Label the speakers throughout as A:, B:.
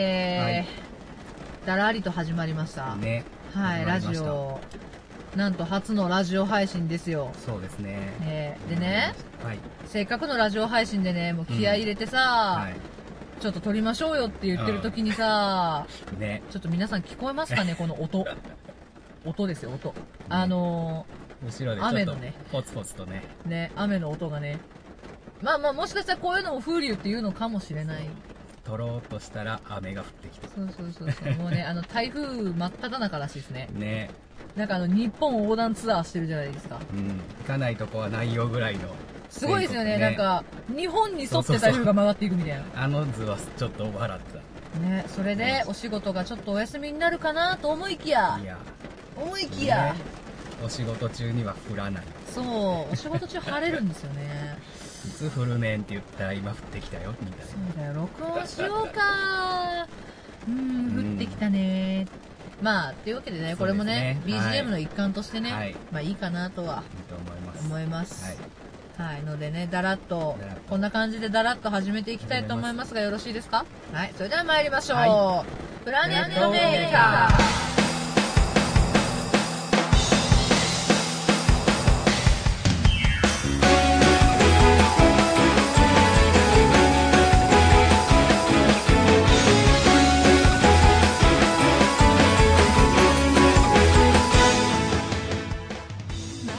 A: えーだらりと始まりました。
B: ね。
A: はい、ラ
B: 始ま
A: ジ
B: りました
A: オ。なんと初のラジオ配信ですよ。
B: そうですね。
A: えーでね、
B: はい。
A: せっかくのラジオ配信でね、もう気合い入れて
B: は
A: さ、
B: い。
A: ちょっと撮りましょうよって言ってる時にさ、
B: ね。
A: ちょっと皆さん聞こえますか ね、この音。音ですよ、音。あの
B: 後ろで
A: 雨
B: ち
A: の
B: ょっと
A: ね、
B: ポツポツとね。
A: ーね、雨の音がね。まあまあ、もしかしたらこういうのも風流っていうのかもしれない。
B: 撮ろうとしたら雨が降ってきた。
A: そうそうそうそう。もうね、あの、台風真っ只中らしいですね。
B: ね。
A: なんかあの、日本横断ツアーしてるじゃないですか。
B: うん。行かないとこはないよぐらいの。
A: すごいですよね。
B: 全
A: なん
B: 国
A: か、日本に沿
B: そう
A: っ
B: そう
A: て
B: そ
A: 台
B: う
A: 風が曲がっていくみたいな。
B: あの図はちょっと笑って
A: ね、それで、お仕事がちょっとお休みになるかなと思いき
B: た。
A: や
B: い、や。
A: 思いきや
B: ね、お仕事中には降らない。
A: そう、お仕事中晴れるんですよね。
B: いつ降るねんって言ったら今降ってきたよ、みたい
A: そ
B: な。
A: うだよ、録音しようか。うーん、降ってきたね。まあ、というわけでね、これもね
B: そ、うですねはい
A: BGM の一環としてね、
B: はい
A: まあいいかなとはい
B: いと思います。
A: 思
B: はい
A: ます。はい、のでね、だらっと
B: だらっと、
A: こんな感じでだらっと始めていきたいと思いますが、よろしいですかはい、それでは参りましょう。
B: は
A: プラネッ
B: プラ
A: ト
B: ネ
A: メ
B: ット
A: ー
B: メーカ
A: カ
B: ー
A: ー。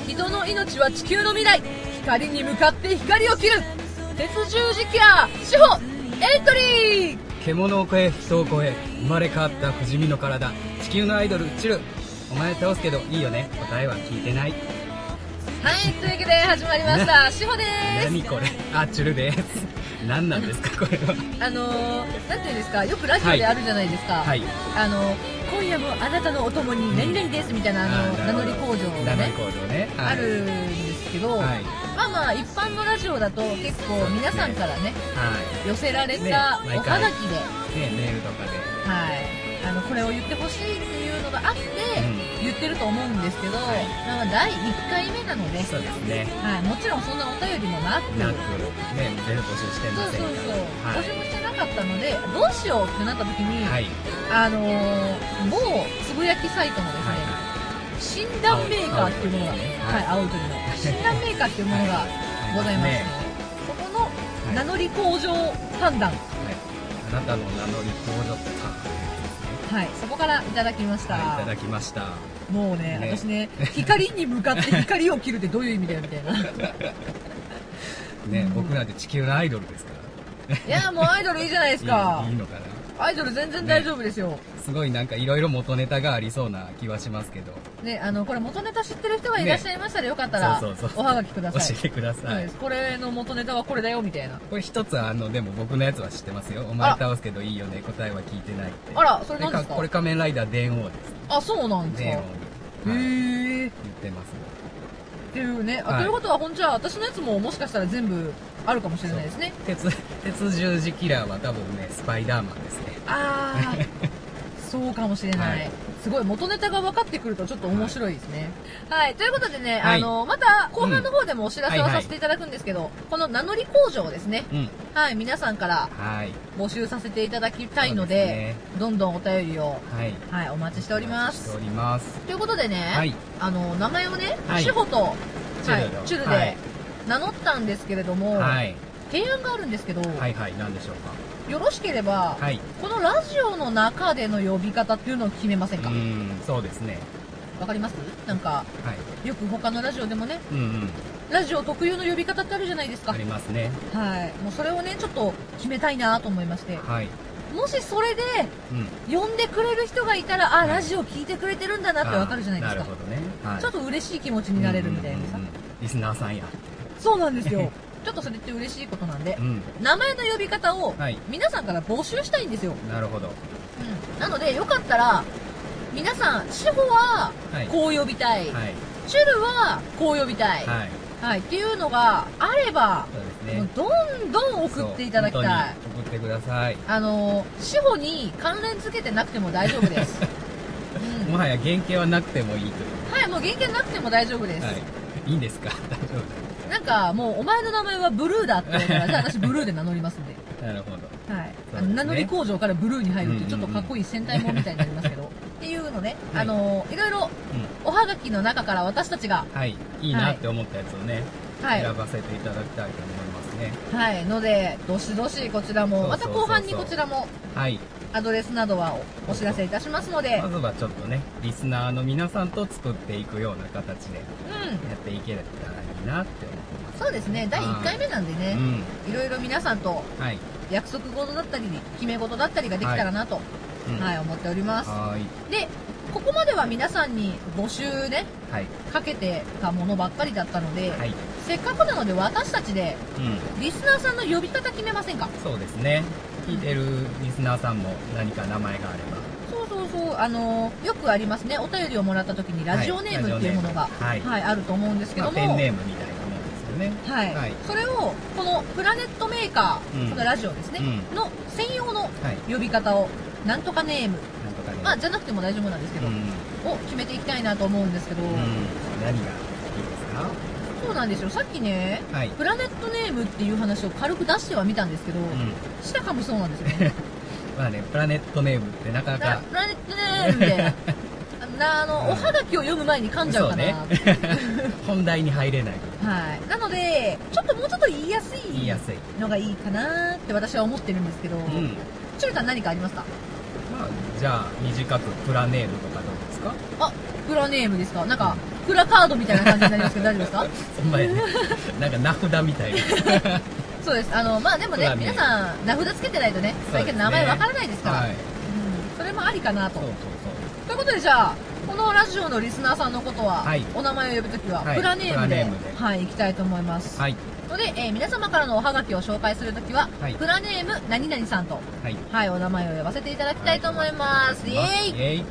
A: 人の命は地球の未来光に向かって光を切る鉄十字キア司法エントリー
B: 獣を越え人を越え生まれ変わった不死身の体地球のアイドルチルお前倒すけどいいよね答えは聞いてない
A: はいというわけで始まりました司法で
B: 何これあチュルです何なんですかこれは
A: すあのー、なんていうんですかよくラジオであるじゃないですか、
B: はい
A: あの今夜もあなたのお供に何々ですみたいなあの名乗り工場
B: 名
A: が
B: 乗
A: ね
B: り工場ねはい
A: あるんですけど、
B: はい
A: まあまあ一般のラジオだと結構皆さんからね
B: は
A: 寄せられ
B: ね
A: たお
B: 毎
A: は
B: 回
A: がきで、
B: いねメールとかで
A: はい、あのこれを言ってほしいっていうのがあって
B: う
A: 言ってると思うんですけど、
B: はい
A: まあ第1回目なので、
B: そうですね
A: はい、もちろんそんなお便りもなく
B: なくね全部募集して
A: そう
B: ま
A: そ
B: せ
A: うんそう、
B: か
A: 募
B: ら
A: 集もしてなかったのでどうしようってなった時に、
B: はい
A: あ
B: はい
A: のー、某つぶやきサイトのですね、診
B: は
A: 断メーカーっていうものが、
B: 青いね
A: はい、青い鳥の診断メーカーっていうものが
B: い
A: ございます、
B: ね
A: そこの
B: い
A: 名乗り向上判断、
B: はいあなたの名乗り工場
A: はい、そこからいただきました、
B: さんはいいただきました
A: もうね
B: ね
A: 私ね光に向 かって光を切るってどういう意味だよみたいない
B: ね僕なんて地球のアイドルですか
A: やもうアイドルいいじゃないです
B: ら
A: か
B: いいいいのかな
A: アイドル全然大丈夫ですよ、
B: すごいなんかいろいろ元ネタがありそうな気はしますけど。
A: ねあのこれ元ネタ知ってる人がいらっしゃいましたら、よかったら
B: そうそうそう
A: おはがきください
B: 教えてくだ
A: そう
B: さ
A: で
B: い
A: す。これの元ネタはこれだよみたいな
B: これ一つあの、でも僕のやつは知ってますよ。お前倒すけどいいよね。答えは聞いてないって。
A: あらそれ何ですか
B: これ仮面ライダー電王で。
A: あそうなんですすか
B: 電王
A: へ
B: に。はい
A: えっ
B: 言ってますね。
A: ていうねあ、
B: はい
A: ということはほんじゃあ私のやつももしかしたら全部あるかもしれないですね
B: 鉄、鉄十字キラーは多分ね、スパイダーマンですね。
A: あ あそうかもしれない、
B: はい
A: すごい元ネタが分かってくるとちょっと面白いですねはい、ということでね、
B: はい
A: あのまた後半の方でもお知らせをさせていただくんですけど、この名乗り工場をですね
B: うん。
A: はい皆さんから
B: はい。
A: 募集させていただきたいので
B: そうです
A: どんどんお便りを
B: はい。
A: はいお待ちしておりま
B: して
A: す
B: おります。
A: ということでね、
B: はい。
A: あの名前をね、
B: はい
A: 志保と、は
B: チュル
A: い、
B: の
A: チュルで、
B: はい
A: 名乗ったんですけれども、
B: はい。
A: 提案があるんですけど、
B: はいはい。なんでしょう
A: よろしければ、
B: か。はい。
A: このラジオの中での呼び方っていうのを決めません
B: う
A: かわ、
B: ーん、そうですね。
A: かりますなんか
B: はい。
A: よく他のラジオでもね
B: うんうん。
A: ラジオ特有の呼び方ってあるじゃないですか
B: ありますね。
A: はいもうそれをねちょっと決めたいなと思いまして
B: はい。
A: もしそれで
B: うん。
A: 呼んでくれる人がいたらあ
B: はい
A: ラジオ聞いてくれてるんだなってわかるじゃないです
B: あー
A: か
B: なるほどね。はい
A: ちょっと嬉しい気持ちになれるみたいなさ、
B: うんうんうんリスナーさんや。
A: そうなんですよちょっとそれって嬉しいことなんで
B: うん。
A: 名前の呼び方を
B: はい。
A: 皆さんから募集したいんですよ、
B: なるほど。
A: なのでよかったら皆さん志保は
B: はい。
A: こう呼びたい、
B: はい。
A: チュルはこう呼びたい、はい
B: はい。
A: っていうのがあれば、
B: そうです
A: もう
B: ね。
A: どんどん送っていただきたい
B: そう。本当に送ってください。
A: あの志保に関連付けてなくても大丈夫です、 うん
B: もはや原型はなくてもいいとい
A: はいもう原型なくても大丈夫で
B: う。
A: す、
B: はい。いいんですか 大丈
A: なんかもうお前の名前はブルーだって言われたらじゃあ私ブルーで名乗りますんで
B: 夫。なるほど。
A: はい、
B: そう
A: あの名乗り工場からブルーに入るっていうちょっとかっこいい戦隊もんみたいになりますけどっていうのね、
B: はい
A: あのいろいろおはがきの中から私たちが
B: はい、いいなって思ったやつをね、
A: はい、
B: 選ばせていただきたいと思いますね。
A: はい、のでどしどしこちらも
B: そう
A: ま
B: そ
A: た
B: うそうそう
A: 後半にこちらも
B: はい、
A: アドレスなどはおお知らせいたしますので
B: まずはちょっとね、リスナーの皆さんと作っていくような形でや
A: う
B: っていけたらいいなって思ってま
A: んそうですね第1回目なんでね
B: す。うん、
A: いろいろ皆さんと
B: はい、
A: 約束事だったり決め事だったりができたらなと、
B: うん
A: はい、思っております
B: はーい、
A: でここまでは皆さんに募集ね
B: はい、
A: かけてたものばっかりだったので、
B: はい、
A: せっかくなので私たちで
B: うん、
A: リスナーさんの呼び方決めませんか
B: そうですね。聞いてるリスナーさんも何か名前があれば、
A: そうそうそうあのよくありますねお便りをもらった時にラジオネームっていうものが、
B: は
A: はい
B: いラジオネーム
A: あると思うんですけ
B: ま
A: ど
B: あ
A: も、
B: ペンネームみたいなもんですよね。
A: はい
B: はい
A: それをこのプラネットメーカー、
B: うん
A: このラジオですね、
B: う
A: の専用の
B: はい、
A: 呼び方をなんとかネーム、
B: なんとかね。
A: まあ、じゃなくても大丈夫なんですけ
B: う
A: ど、
B: ん、
A: を決めていきたいなと思うんですけど、
B: うん、何がいいです
A: そうなんですよさっきね
B: か？はい、
A: プラネットネームっていう話を軽く出してはみたんですけど、
B: うん。
A: したかもそうなんですよね
B: まあね、プラネットネームってなかな
A: な
B: か、
A: プラネットネームであ のなあの、おはがきを読む前に噛んじゃうかな
B: そ 本題に入れない。
A: はい、なのでちょっともうちょっと言いやす
B: 言い
A: い
B: やすい。
A: のがいいかなって私は思ってるんですけど、
B: う
A: ちゅ
B: ん。
A: チュルさん何かありますか
B: まあ、じゃあ、短くプラネームとかどうですか
A: あプラネームですかなんかプラカードみたいな感じになりますけど大丈夫です か
B: そんなやね、 なんか名札み たいな。
A: そうですあのまあでも
B: プ
A: ね
B: ラネーム
A: 皆さん名札つけてないとね最近名前わからないですから
B: はい。
A: うんそれもありかなと
B: そうそう
A: ということでじゃあこのラジオのリスナーさんのことは、
B: はい
A: お名前を呼ぶときは、
B: はい
A: プラネームで
B: プラネームで
A: はい、いきたいと思います、
B: そう。はい。
A: ので、えー皆様からのおはがきを紹介するときは、
B: はい
A: プラネーム何々さんと
B: はい。
A: はい、お名前を呼ばせていただきたいと思います。イエーイ
B: イエイ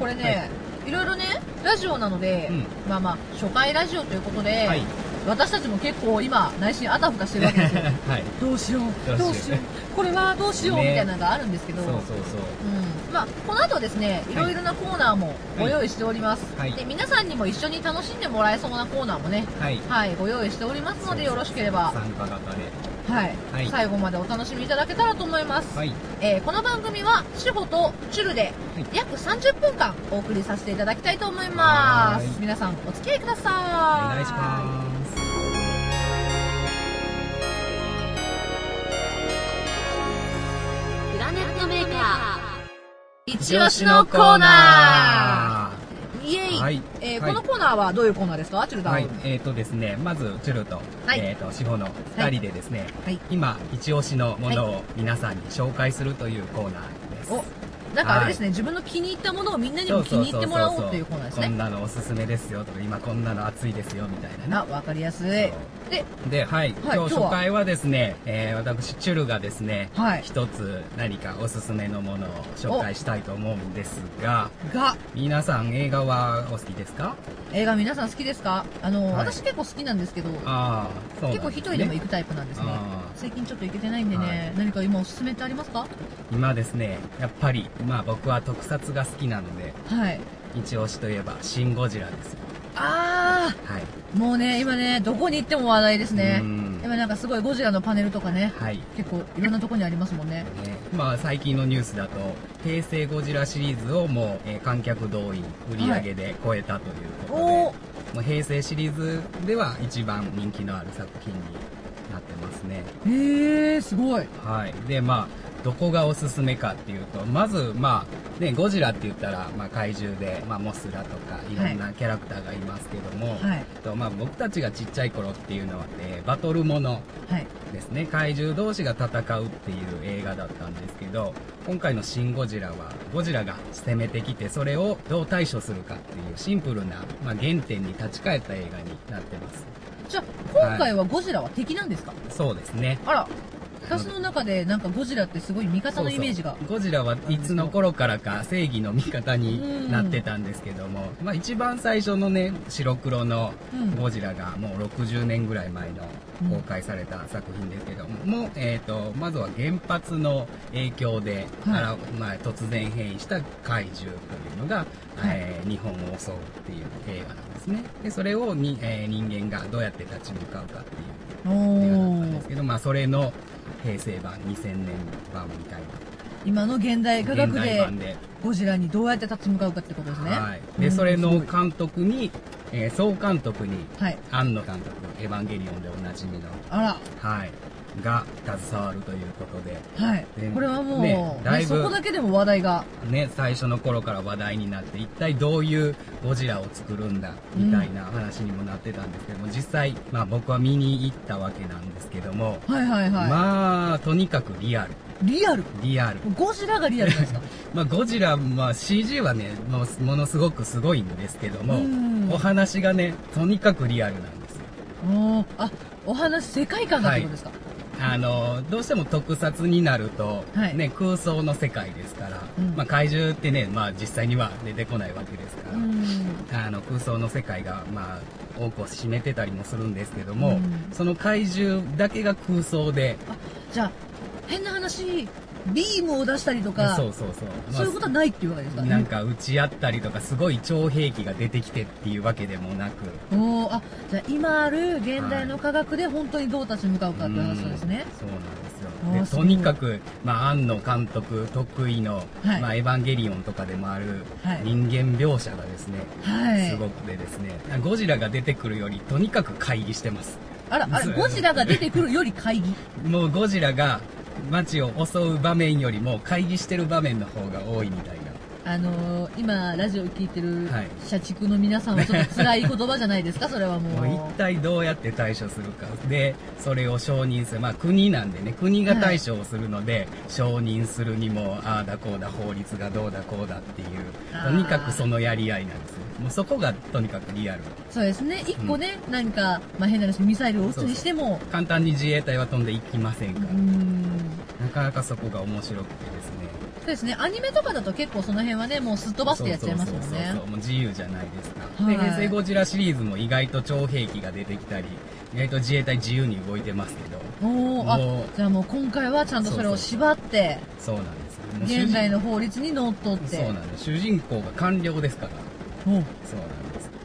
A: これね、い、ろいろね、ラジオなので、
B: うん
A: まあまあ、初回ラジオということで、
B: はい。
A: 私たちも結構今、内心あたふたしてるわけですよ。
B: はい。
A: どうしよう、ど
B: ど
A: う
B: う
A: し
B: し
A: よ
B: よう
A: う、これはどうしよう、
B: ね
A: みたいなのがあるんですけど、
B: そうそうそ
A: う
B: う。
A: んまあ、この後ですね、いろいろなコーナーもご用意しております、
B: はいはい
A: で。皆さんにも一緒に楽しんでもらえそうなコーナーもね、
B: はい。
A: はい、ご用意しておりますので、よろしければ、
B: 参加型で。
A: はい、
B: はい
A: 最後までお楽しみいただけたらと思います。
B: はい。
A: えーこの番組は主語とチュルで
B: はい
A: 約30分間お送りさせていただきたいと思います、
B: はーい
A: 皆さんお付き合いください
B: お願いします。
C: プラネットメーカー。
A: 一押しのコーナ
B: ー
A: ーイエイ、
B: はい
A: えー
B: はい
A: このコーナーはどういうコーナーですかチュルダウン、
B: はい、えーとですね、まず、チュルと、
A: い
B: えーと、志保の二人でですね、
A: はい
B: 今、一押しのものを皆さんに紹介するというコーナーです。
A: おなんかあれですね、自分の気に入ったものをみんなに
B: そ
A: も
B: う
A: 気
B: そうそうそ
A: に入っ
B: う
A: てもらおうっていうコーナーです
B: こん
A: ね
B: なのおすすめですよとか、今こんなの熱いですよみたいな
A: あ
B: な。
A: わかりやすいで
B: で、はい、
A: はい
B: 今日
A: 今日は
B: 初回はですね、えー私、チュルがですね、
A: はい
B: 一つ何かおすすめのものを紹介したいと思うんですが、
A: が
B: 皆さん映画はお好きですか
A: 映画皆さん好きですかあの、
B: はい
A: 私結構好きなんですけど
B: ああ、そうなん
A: 結構一人でも行
B: く
A: くタイプなんですね
B: あー
A: 最近ちょっと行けてないんでね、
B: はい
A: 何か今おすすめってありますか
B: 今ですね、やっぱり、まあ僕は特撮が好きなので、
A: はい
B: 一押しといえば、シン・ゴジラですよ。
A: ああ
B: はい。
A: もうね、今ね、どこに行っても話題ですね
B: う。ん
A: 今なんかすごいゴジラのパネルとかね、
B: はい。
A: 結構いろんなとこにありますもんね。
B: ねまあ、最近のニュースだと平成ゴジラシリーズをもう、えー観客動員売り上げで超えたということで、
A: おお、
B: もう平成シリーズでは一番人気のある作品になってますね、
A: へえ、すごい。
B: はい、でまあどこがおすすめかっていうとまずまあねゴジラって言ったら、まあ、怪獣で、まあ、モスラとかいろんなキャラクターがいますけども、
A: はい。
B: とまあ、僕たちがちっちゃい頃っていうのは、えーバトルもの
A: はい。
B: ですね怪獣同士が戦うっていう映画だったんですけど今回の「シン・ゴジラ」はゴジラが攻めてきてそれをどう対処するかっていうシンプルな、まあ、原点に立ち返った映画になってます
A: じゃあ、今回はゴジラは敵なんですか、
B: そうですね
A: あら、私の中でなんかゴジラってすごい味方のイメージが
B: そう。そうゴジラはいつの頃からか正義の味方になってたんですけども、まあ、一番最初のね白黒の
A: うん
B: ゴジラがもう60年ぐらい前の
A: うん
B: 公開された作品ですけども、もうえー、とまずは原発の影響で、
A: はい
B: あらまあ、突然変異した怪獣というのが、
A: はい
B: えー日本を襲うっていう映画なんですねでそれをに、えー人間がどうやって立ち向かうかっていう
A: お
B: 映画だったん
A: ー
B: ですけど、まあ、それの、平成版2000年版みたい
A: 今の現代科
B: な
A: 学
B: 現代
A: で
B: 版で
A: ゴジラにどうやって立ち向かうかってことですね
B: はい、
A: う
B: で
A: ん
B: それ
A: す
B: の
A: ごい
B: 監督に、えー総監督に
A: はい
B: 庵野監督「エヴァンゲリオン」でおなじみの、
A: あ
B: はい、が携わるということで、
A: らはい
B: ね
A: これはもう、
B: ね
A: ね
B: だいぶ
A: そこだけでも話題が
B: ね、最初の頃から話題になって一体どういうゴジラを作るんだみたいな話にもなってたんですけども、実際、まあ、僕は見に行ったわけなんですけども、
A: はいはいはい、
B: まあとにかくリアル
A: リアル
B: リアル
A: ゴジラがリアルなんですか
B: まあ、ゴジラ、まあ、CG はねもうものすごくすごいんですけど
A: う
B: も
A: ん
B: お話がねとにかくリアルなんですよ
A: おーあお話世界観がってことですか、
B: あのどうしても特撮になると、
A: はい
B: ね、空想の世界ですから、
A: うん
B: まあ、怪獣ってね、まあ、実際には出てこないわけですから、
A: うん
B: あの空想の世界が、まあ、多くを占めてたりもするんですけども、
A: うん
B: その怪獣だけが空想で
A: じゃあ変な話ビームを出したりとか
B: そうそうそう、まあ
A: そういうことはないっていうわけですか
B: なんか撃ち合ったりとかすごい超兵器が出てきてっていうわけでもなく
A: おーあじゃあ今ある現代の科学で本当にどう立ち向かうかって話なんですね、
B: うんそうなんですよ
A: あー
B: です
A: ご
B: と
A: い
B: にかく、まあ、庵野監督得意の「
A: はい
B: まあ、エヴァンゲリオン」とかでもある
A: はい
B: 人間描写がですね、
A: はい
B: すごくてですねゴジラが出てくるよりとにかく乖離してます
A: あらあ
B: そ
A: れ
B: う
A: ゴジラが出てくるより会議
B: もうゴジラが街を襲う場面よりも乖離してる場面の方が多いみたいな
A: あのー、今ラジオ聞いてる
B: はい
A: 社畜の皆さんはちょっと辛い言葉じゃないですかそれはもう
B: もう一体どうやって対処するかでそれを承認する、まあ、国なんでね国が対処をするので、承認するにもああだこうだ法律がどうだこうだっていう
A: あー
B: とにかくそのやり合いなんですよもうそこがとにかくリアル
A: そうですね一個ね、なんか、まあ、変な話ミサイルを撃つにしても
B: 簡単に自衛隊は飛んでいきません
A: う
B: から、
A: ーん
B: なかなかそこが面白くてですね
A: そうですねアニメとかだと結構その辺はねもうすっ飛ばしてやっちゃいますもん
B: そうそうそう
A: ね
B: そうもう自由じゃないですか、
A: はい
B: で平成ゴジラシリーズも意外と超兵器が出てきたり意外と自衛隊自由に動いてますけど
A: おー
B: もう
A: あじゃあもう今回はちゃんとそれを縛って
B: そうなんですよもう主人
A: 現代の法律にのっとって
B: そうなんです主人公が官僚ですから
A: お
B: そうなんです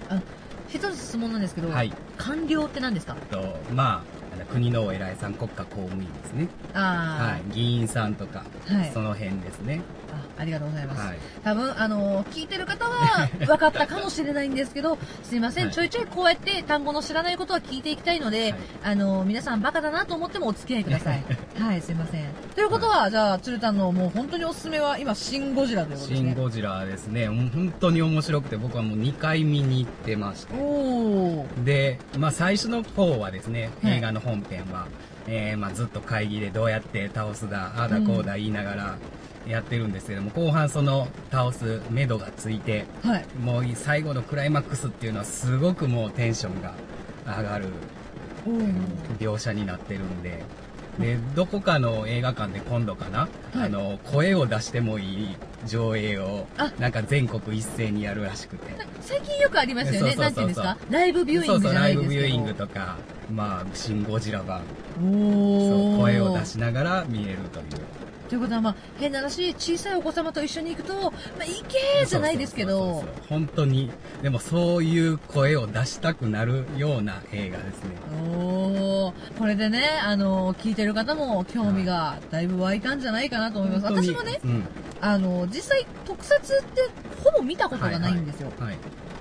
A: あ一つ質問なんですけど、
B: はい
A: 官僚って何ですか
B: とまああの国のお偉いさん国家公務員ですね、は
A: あ
B: い、議員さんとか、
A: はい
B: その辺ですね、
A: あ、あありがとうございます、
B: はい、
A: 多分あのー聞いてる方は分かったかもしれないんですけ どすいません、
B: はい
A: ちょいちょいこうやって単語の知らないことは聞いていきたいので、
B: はい
A: あのー皆さんバカだなと思ってもお付き合いくだ さいはいすいませんということは、じゃあ鶴田のもう本当におすすめは今「シン・ゴジラ」ということです
B: シン・
A: ね
B: ゴジラですねもう本当に面白くて僕はもう2回見に行ってまして
A: おお
B: で、まあ、最初の方はですね
A: はい
B: 映画の本編は、えーまあ、ずっと会議でどうやって倒すだああだこうだ言いながらやってるんですけども、後半その倒す目処がついて
A: はい
B: もう最後のクライマックスっていうのはすごくもうテンションが上がる
A: おー
B: 描写になってるんででどこかの映画館で今度かな、
A: はい
B: あの声を出してもいい上映を
A: あ
B: なんか全国一斉にやるらしくて
A: なんか最近よくありますよね
B: そうそうそうそう
A: なんていうんですかライブビューイ
B: そ
A: ン
B: う
A: グ
B: そう
A: じゃな
B: ライ
A: い
B: ブ
A: です
B: ビ
A: けど
B: ューイングとかまあ「シン・ゴジラ版」
A: お
B: そ
A: お
B: う声を出しながら見えるという
A: ということは、まあ、変な話、小さいお子様と一緒に行くと、まあ、行けーじゃないですけ
B: そうそう
A: ど
B: そう、そう本当にでもそういう声を出したくなるような映画ですね
A: おーこれでね、あのー聞いてる方も興味がだいぶ湧いたんじゃないかなと思います。
B: 本当に
A: 私もね、
B: うん
A: あのー実際特撮ってほぼ見たことがないんですよ。
B: はいはい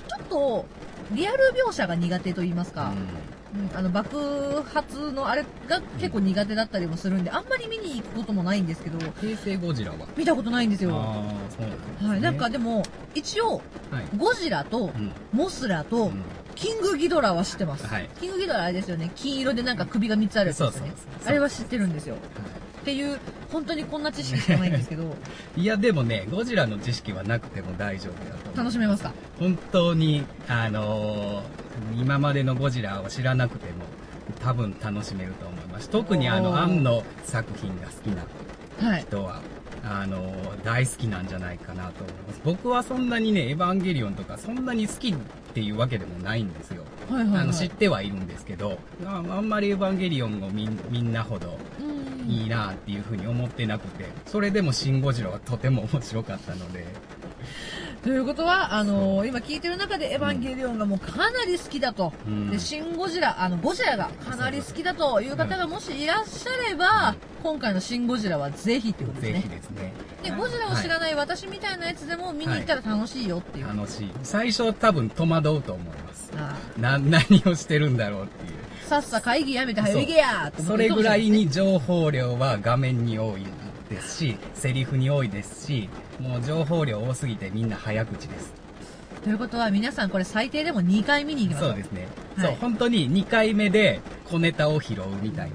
A: ちょっと、リアル描写が苦手と言いますか、うんあの爆発のあれが結構苦手だったりもするんで、あんまり見に行くこともないんですけど、
B: うん平成ゴジラは
A: 見たことないんですよ。は
B: ああそうなんですね
A: い、なんかでも、一応、
B: はい
A: ゴジラと
B: うん
A: モスラと、
B: うん
A: キングギドラは知ってます、
B: はい
A: キングギドラあれですよね金色でなんか首が3つあるやつですよね
B: そうそうそうそう
A: あれは知ってるんですよっていう本当にこんな知識しかないんですけど
B: いやでもねゴジラの知識はなくても大丈夫だと思う
A: 楽しめますか
B: 本当にあのー今までのゴジラを知らなくても多分楽しめると思います特にあ
A: お
B: の
A: ー
B: アンの作品が好きな
A: はい
B: 人はあのー大好きなんじゃないかなと思います僕はそんなにね「エヴァンゲリオン」とかそんなに好きっていうわけでもないんですよ、
A: はいはい
B: あ
A: は
B: の知っ
A: い
B: てはいるんですけどああんまり「エヴァンゲリオン」をみんみんなほど
A: うん
B: いいなっていうふうに思ってなくてそれでも「シン・ゴジラ」はとても面白かったので
A: ということはあのー今聞いてる中で「エヴァンゲリオン」がもうかなり好きだと、
B: うん
A: で「シン・ゴジラ」あのゴジラがかなり好きだという方がもしいらっしゃれば、今回の「シン・ゴジラ」はぜひってことです
B: ぜひ
A: ね
B: ですね
A: でゴジラを知らない私みたいなやつでも見に行ったら楽しいよっていう、
B: 楽しい最初多分戸惑うと思います
A: あ
B: な何をしてるんだろうっていう
A: あさっさ会議やめて
B: そう
A: 早いけやーって思
B: そ
A: って
B: れ
A: るかも
B: ぐ
A: し
B: ら
A: ない
B: いに情報量は画面に多いですしセリフに多いですしもう情報量多すぎてみんな早口です
A: ということは皆さんこれ最低でも2回見に行きましょ
B: そううですね、
A: はい
B: そう本当に2回目で小ネタを拾うみたいなね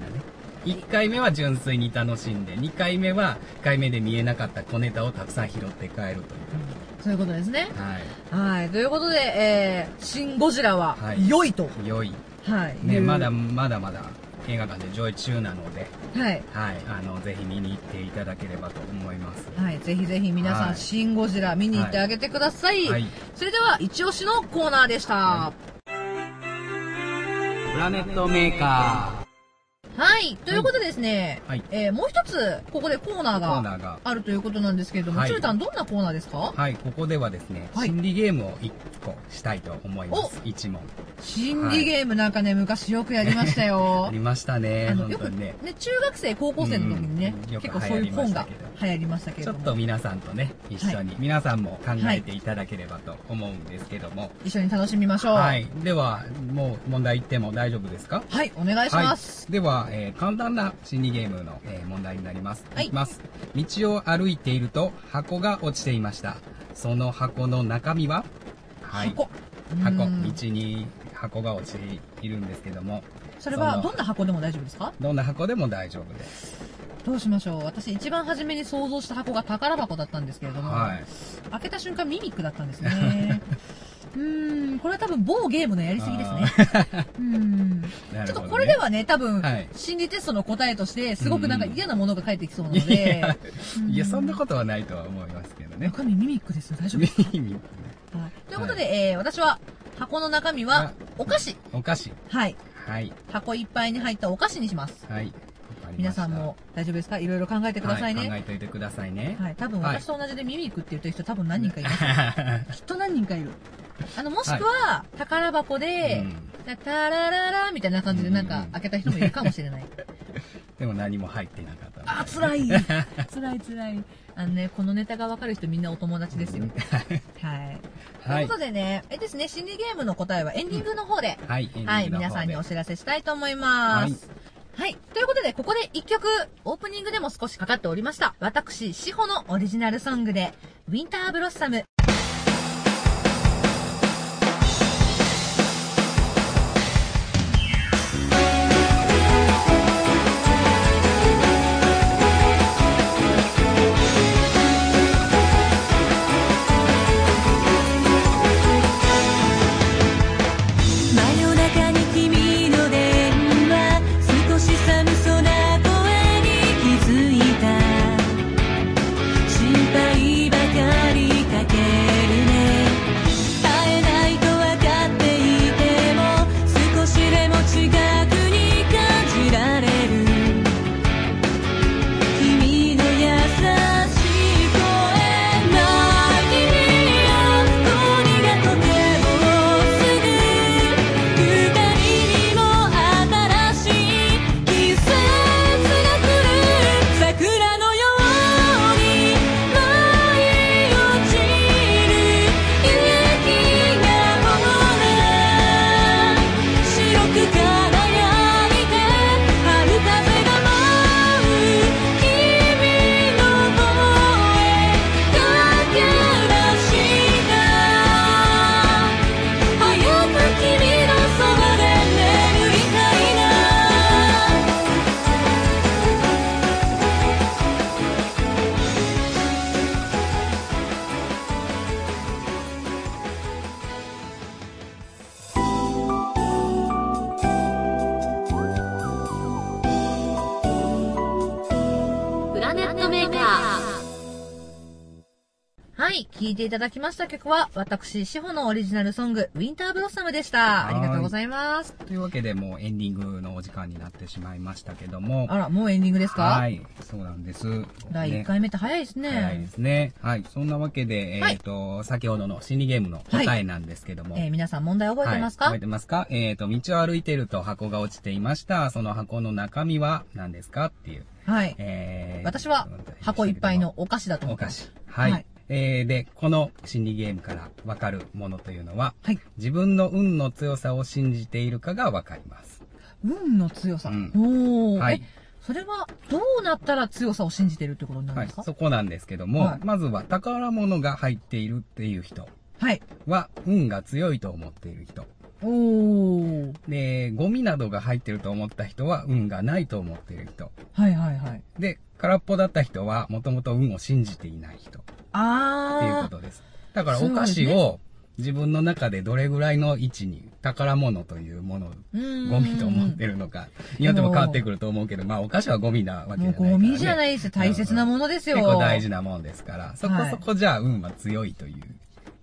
B: 1回目は純粋に楽しんで2回目は1回目で見えなかった小ネタをたくさん拾って帰るという
A: そういうことですね
B: はい
A: はいということで「えー、シン・ゴジラ」は
B: はい
A: 良いと、はい
B: 良い
A: い
B: ね
A: う
B: まだまだまだ映画館で上映中なので、
A: はい
B: はい、あのぜひ見に行っていただければと思います
A: はい、ぜひぜひ皆さん、
B: はい
A: シン・ゴジラ見に行ってあげてください。
B: はい
A: それでは、一押しのコーナーでした。は
B: はプラネットメーカ
A: い、ということでですね、
B: はい
A: えーもう一つ、ここでコーナー
B: ーコー
A: が
B: ナーが
A: あるということなんですけれども、
B: はい
A: チュータン、どんなコーナーですか
B: はいここではですね、
A: はい
B: 心理ゲームを1個したいと思います1問
A: 心理ゲームなんかね、昔よくやりましたよ。
B: ありましたね
A: あの、
B: 本
A: よ
B: 当
A: く
B: にね
A: ね、中学生、高校生の時にね、
B: うんよく
A: 結構そういう本が流行りましたけれ
B: ちょ
A: ど
B: っ
A: も、
B: と皆さんとね一緒に、皆さんも考えていただければと思うんですけども
A: 一緒に楽しみましょう。
B: は、
A: はいい、
B: ではもう問題言っても大丈夫ですか
A: お願いします。
B: はい、では、えー簡単な心理ゲームの、えー問題になります、
A: はい
B: きます道を歩いていると箱が落ちていましたその箱の中身ははい
A: 箱。
B: 箱
A: うん
B: 道に箱が落ちているんですけども
A: それ
B: そ
A: は、
B: の
A: どんな箱でも大丈夫ですか
B: どんな箱でも大丈夫です
A: どうしましょう私一番初めに想像した箱が宝箱だったんですけれども、
B: はい
A: 開けた瞬間ミミックだったんです ねうーんこれは多分某ゲームのやりすぎですねうー ん
B: な
A: ち
B: る
A: ょっと
B: ほどね
A: これではね多分、
B: はい
A: 心理テストの答えとしてすごくなんか
B: うん
A: 嫌なものが返ってきそうなの
B: い
A: で
B: や
A: うん
B: いやそんなことはないとは思いますけど ね
A: 中身ミミックですよ大丈夫、はい、ということで、えー私は箱の中身は
B: あ
A: お菓子
B: お菓子
A: はい
B: はい
A: 箱いっぱいに入ったお菓子にします
B: はいわかりました
A: 皆さんも大丈夫ですかいろいろ考えてくださいね、
B: はい、考えておいてくださいね、
A: はい、多分
B: はい
A: 私と同じでミミックって言ってる人多分何人かいます。きっと何人かいる。あの、もしくは、宝箱 で、
B: うん
A: タラララみたいな感じでなん
B: うん
A: か
B: うん
A: 開けた人もいるかもしれない。
B: でも何も入ってなかった
A: あ、辛 い辛い辛い。あのね、このネタがわかる人みんなお友達 ですよ。はい。と
B: は
A: いう
B: い
A: ことでね、えですね、心理ゲームの答えはエンディングの方で、
B: はい、エンディングの方で
A: はい、皆さんにお知らせしたいと思います。はい。ということで、ここで一曲、オープニングでも少しかかっておりました。私、志保のオリジナルソングで、ウィンターブロッサム。
D: 真夜中に君の電話少し寒そうな声に気づいた心配ばかりかけ
A: はい、聴いていただきました曲は、私、志保のオリジナルソング、ウィンターブロッサムでした。ありがとうございます。
B: というわけでもうエンディングのお時間になってしまいましたけども
A: あら、もうエンディングですか
B: はいそうなんです
A: 第1
B: ね
A: 回目って早いですね。
B: 早いですね。はい。そんなわけで、えっ、
A: はい
B: と、先ほどの心理ゲームの答えなんですけども。
A: えー皆さん問題覚えてますか、
B: はい、覚えてますかえっ、と、道を歩いてると箱が落ちていました。その箱の中身は何ですかっていう。
A: はい。
B: えー
A: 私は箱いっぱいのお菓子だと思
B: お
A: ってま
B: 菓
A: す。
B: 子。はい。
A: はい
B: えーで、この心理ゲームからわかるものというのは、
A: はい。
B: 自分の運の強さを信じているかがわかります。
A: 運の強さ。
B: うん
A: おー。
B: はい
A: え。それは、どうなったら強さを信じてるってことになるん
B: はい
A: ですか、。
B: そこなんですけども、
A: はい
B: まずは宝物が入っているっていう人
A: はい。
B: は、運が強いと思っている人。
A: おー。
B: で、ゴミなどが入ってると思った人は運がないと思ってる人。
A: はいはいはい。
B: で、空っぽだった人はもともと運を信じていない人っていうこ
A: あー。
B: とです。だから
A: そう
B: お
A: なんで
B: 菓
A: す
B: 子
A: ね
B: を自分の中でどれぐらいの位置に宝物というもの、
A: うーん
B: ゴミと思ってるのか、によっても変わってくると思うけど、まあお菓子はゴミなわけじ
A: もう
B: ゃないから、ね。
A: ゴミじゃないですよ。大切なものですよ。
B: 結構大事なもんですから、そこ
A: はい
B: そこじゃあ運は強いという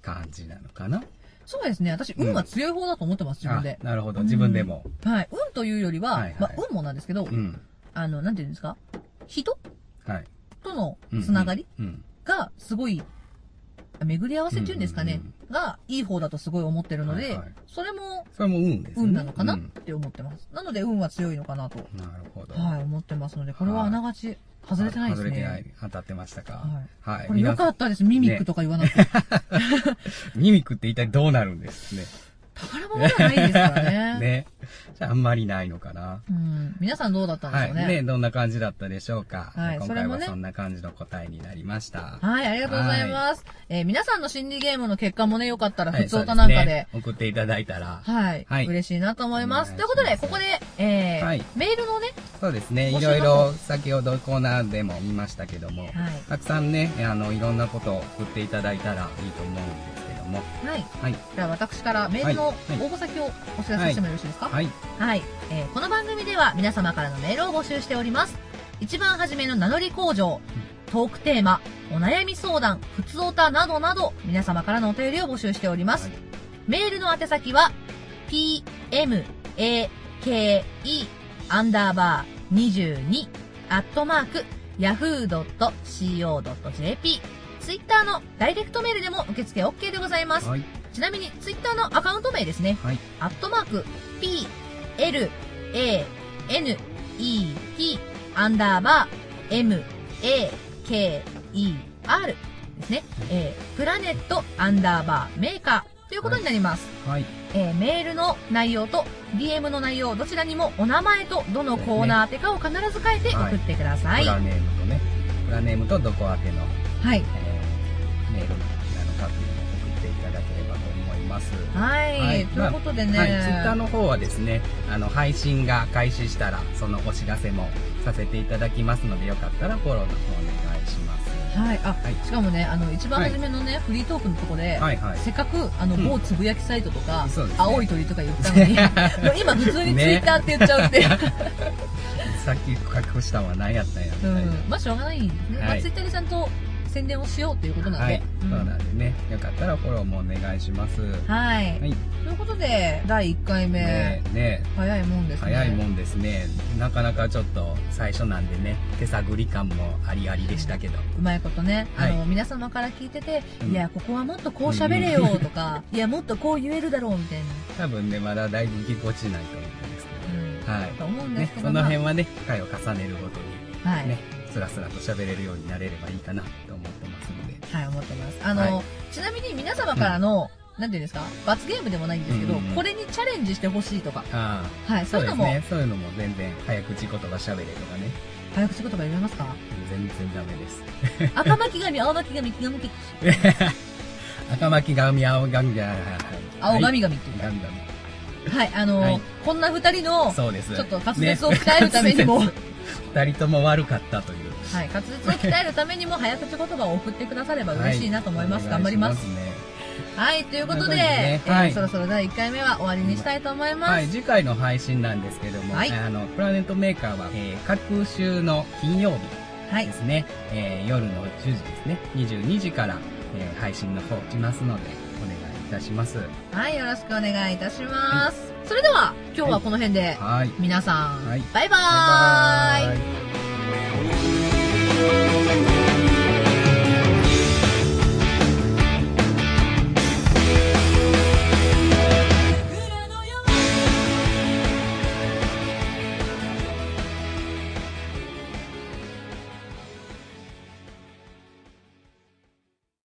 B: 感じなのかな。
A: そうですね。私、運は強い方だと思ってます、自分で
B: あ。なるほど、自分でも。
A: はい。運というよりは、
B: はいはい
A: まあ、運もなんですけど、
B: うん。
A: あの、なんていうんですか人
B: はい。
A: との
B: うん
A: つながり
B: うん。
A: が、すごい、巡り合わせっていうんですかね
B: うんうん、
A: が、いい方だとすごい思ってるの
B: はい
A: で
B: はい、
A: それも、
B: それも運ですね。
A: 運なのかな
B: う
A: っ
B: ん
A: て思ってます。なので、運は強いのかなと、
B: なるほど。
A: はい、思ってますので、これはあながち、外れてないです
B: 外れてない
A: ね。。
B: 当たってましたか。はい。
A: これ良か
B: 皆
A: ったです。ミミックとか言わなくて。
B: さんミミックって一体どうなるんですね。
A: 宝物じゃないですから ね。
B: ね。じゃあ、あんまりないのかな。
A: うん。皆さんどうだったんで
B: は
A: しょ。
B: いうね、
A: ね。
B: どんな感じだったでしょうか。
A: はい
B: 今
A: それ
B: 回
A: も
B: は
A: ね
B: そんな感じの答えになりました。
A: はい、ありがとうございます。えー皆さんの心理ゲームの結果もね、よかったら、
B: はい
A: 普通かなんか
B: そ
A: です
B: うね、送っていただいたら。
A: はい、
B: はい
A: 嬉しいなと思います。
B: お
A: とい
B: 願
A: う
B: いします
A: ことで、ここで、えー
B: はい
A: メールのね、
B: そうですね。
A: も
B: い
A: しよかっ
B: ろい
A: たら
B: ろ先ほどコーナーでも見ましたけども、
A: はい
B: たくさんね、あの、いろんなことを送っていただいたらいいと思うんですけども。
A: はい、
B: はい。
A: では私からメールの応
B: はいはい
A: 募先をお知らせしてもよろしいですかはい、
B: はい。
A: えーこの番組では皆様からのメールを募集しております。一番初めの名乗り工場、トークテーマ、お悩み相談、普通おたなどなど、皆様からのお便りを募集しております。
B: はい
A: メールの宛先は、p, m, a, k, e, アンダーバー22、アットマーク、yahoo.co.jp。ツイッターのダイレクトメールでも受付 OK でございます。
B: はい。
A: ちなみにツイッターのアカウント名ですね。
B: はい。
A: アットマーク、p, l, a, n, e, t, アンダーバー、m, a, k, e, r ですね。えー、プラネットアンダーバーメーカーということになります。
B: はい。
A: えーメールの内容と DM の内容、どちらにもお名前とどのコーナー宛てかを必ず書いて送ってください。
B: プラ
A: は
B: ネームとね、プラネームとどこ宛ての
A: い。
B: えーメールなのかっていうのを送っていただければと思います。
A: はい。
B: はい
A: ということでね。
B: はい、ツイッターの方はですね、あの、配信が開始したら、そのお知らせもさせていただきますので、よかったらフォローの方お願いします。
A: はい。あ、
B: はい
A: しかもね、あの、一番初めのね、フリートークのとこで、
B: はいはい。
A: せっかく、あの、
B: うん
A: 某つぶやきサイトとか、
B: そうですね
A: 青い鳥とか言った のに、もう今普通にツイッターって言っちゃうっていう。
B: さっき隠したのは何やったんやみ
A: う
B: たいな。
A: ん。まあ、しょうがないね。ま
B: は
A: あ、
B: い
A: ツイッターでちゃんと宣伝をしようっていうことなん
B: は
A: で。
B: い、
A: うん
B: そうなんでね、よかったらフォローもお願いします。は
A: はい。
B: い、
A: ということで、第1回目、
B: ねえねえ
A: 早いもんですね。
B: 早いもんですね。なかなかちょっと最初なんでね、手探り感もありありでしたけど。
A: うまいことね、
B: はい
A: あの皆様から聞いてて、
B: うん
A: いやここはもっとこう喋れよとか、いやもっとこう言えるだろうみたいな、
B: 多分ね、まだだいぶぎこちないと思うんですけ
A: うん
B: ど。はい。
A: と思うんで
B: ね
A: すけ、ど、
B: その辺
A: ま
B: はね、回を重ねるごとに。
A: あはい、
B: ね、スラスラと喋れるようになれればいいかなと思ってますので。
A: はい、思ってます。あの、
B: は
A: ちなみに皆様からの、なんていうんですか、罰ゲームでもないんですけど、
B: うんうんうん
A: これにチャレンジしてほしいとか、
B: ああ、
A: はい、そ
B: そうう
A: いう
B: で
A: の
B: す
A: も、
B: ね。そういうのも全然早口言葉喋れとかね。
A: 早口言葉入れます か
B: 全然ダメです。
A: 赤巻紙、青巻紙、黄巻紙、
B: 赤巻紙、青髪じゃ、
A: 青紙
B: 髪
A: 紙っていうか、
B: ガン
A: はい、あの、
B: はい
A: こんな二人の、
B: そうです。
A: ちょっと滑舌を鍛えるためにも、
B: ね二人とも悪かったという。
A: はい、滑舌を鍛えるためにも早口言葉を送ってくだされば嬉しいなと思います。
B: は
A: 頑張ります。
B: お願いし
A: はい、ということで、
B: ということでね
A: えー
B: はい
A: そろそろ第1回目は終わりにしたいと思います。
B: はい、次回の配信なんですけども、
A: はい
B: あの、プラネットメーカーは、えー、各週の金曜日
A: は
B: で
A: い、
B: すね、えー夜の10時ですね、22時から、えー配信の方しますのでお願いいたします
A: はい、よろしくお願いいたします。それでは、今日はこの辺で、
B: はい
A: 皆さん、
B: はい
A: バイバーイ
B: バイバイ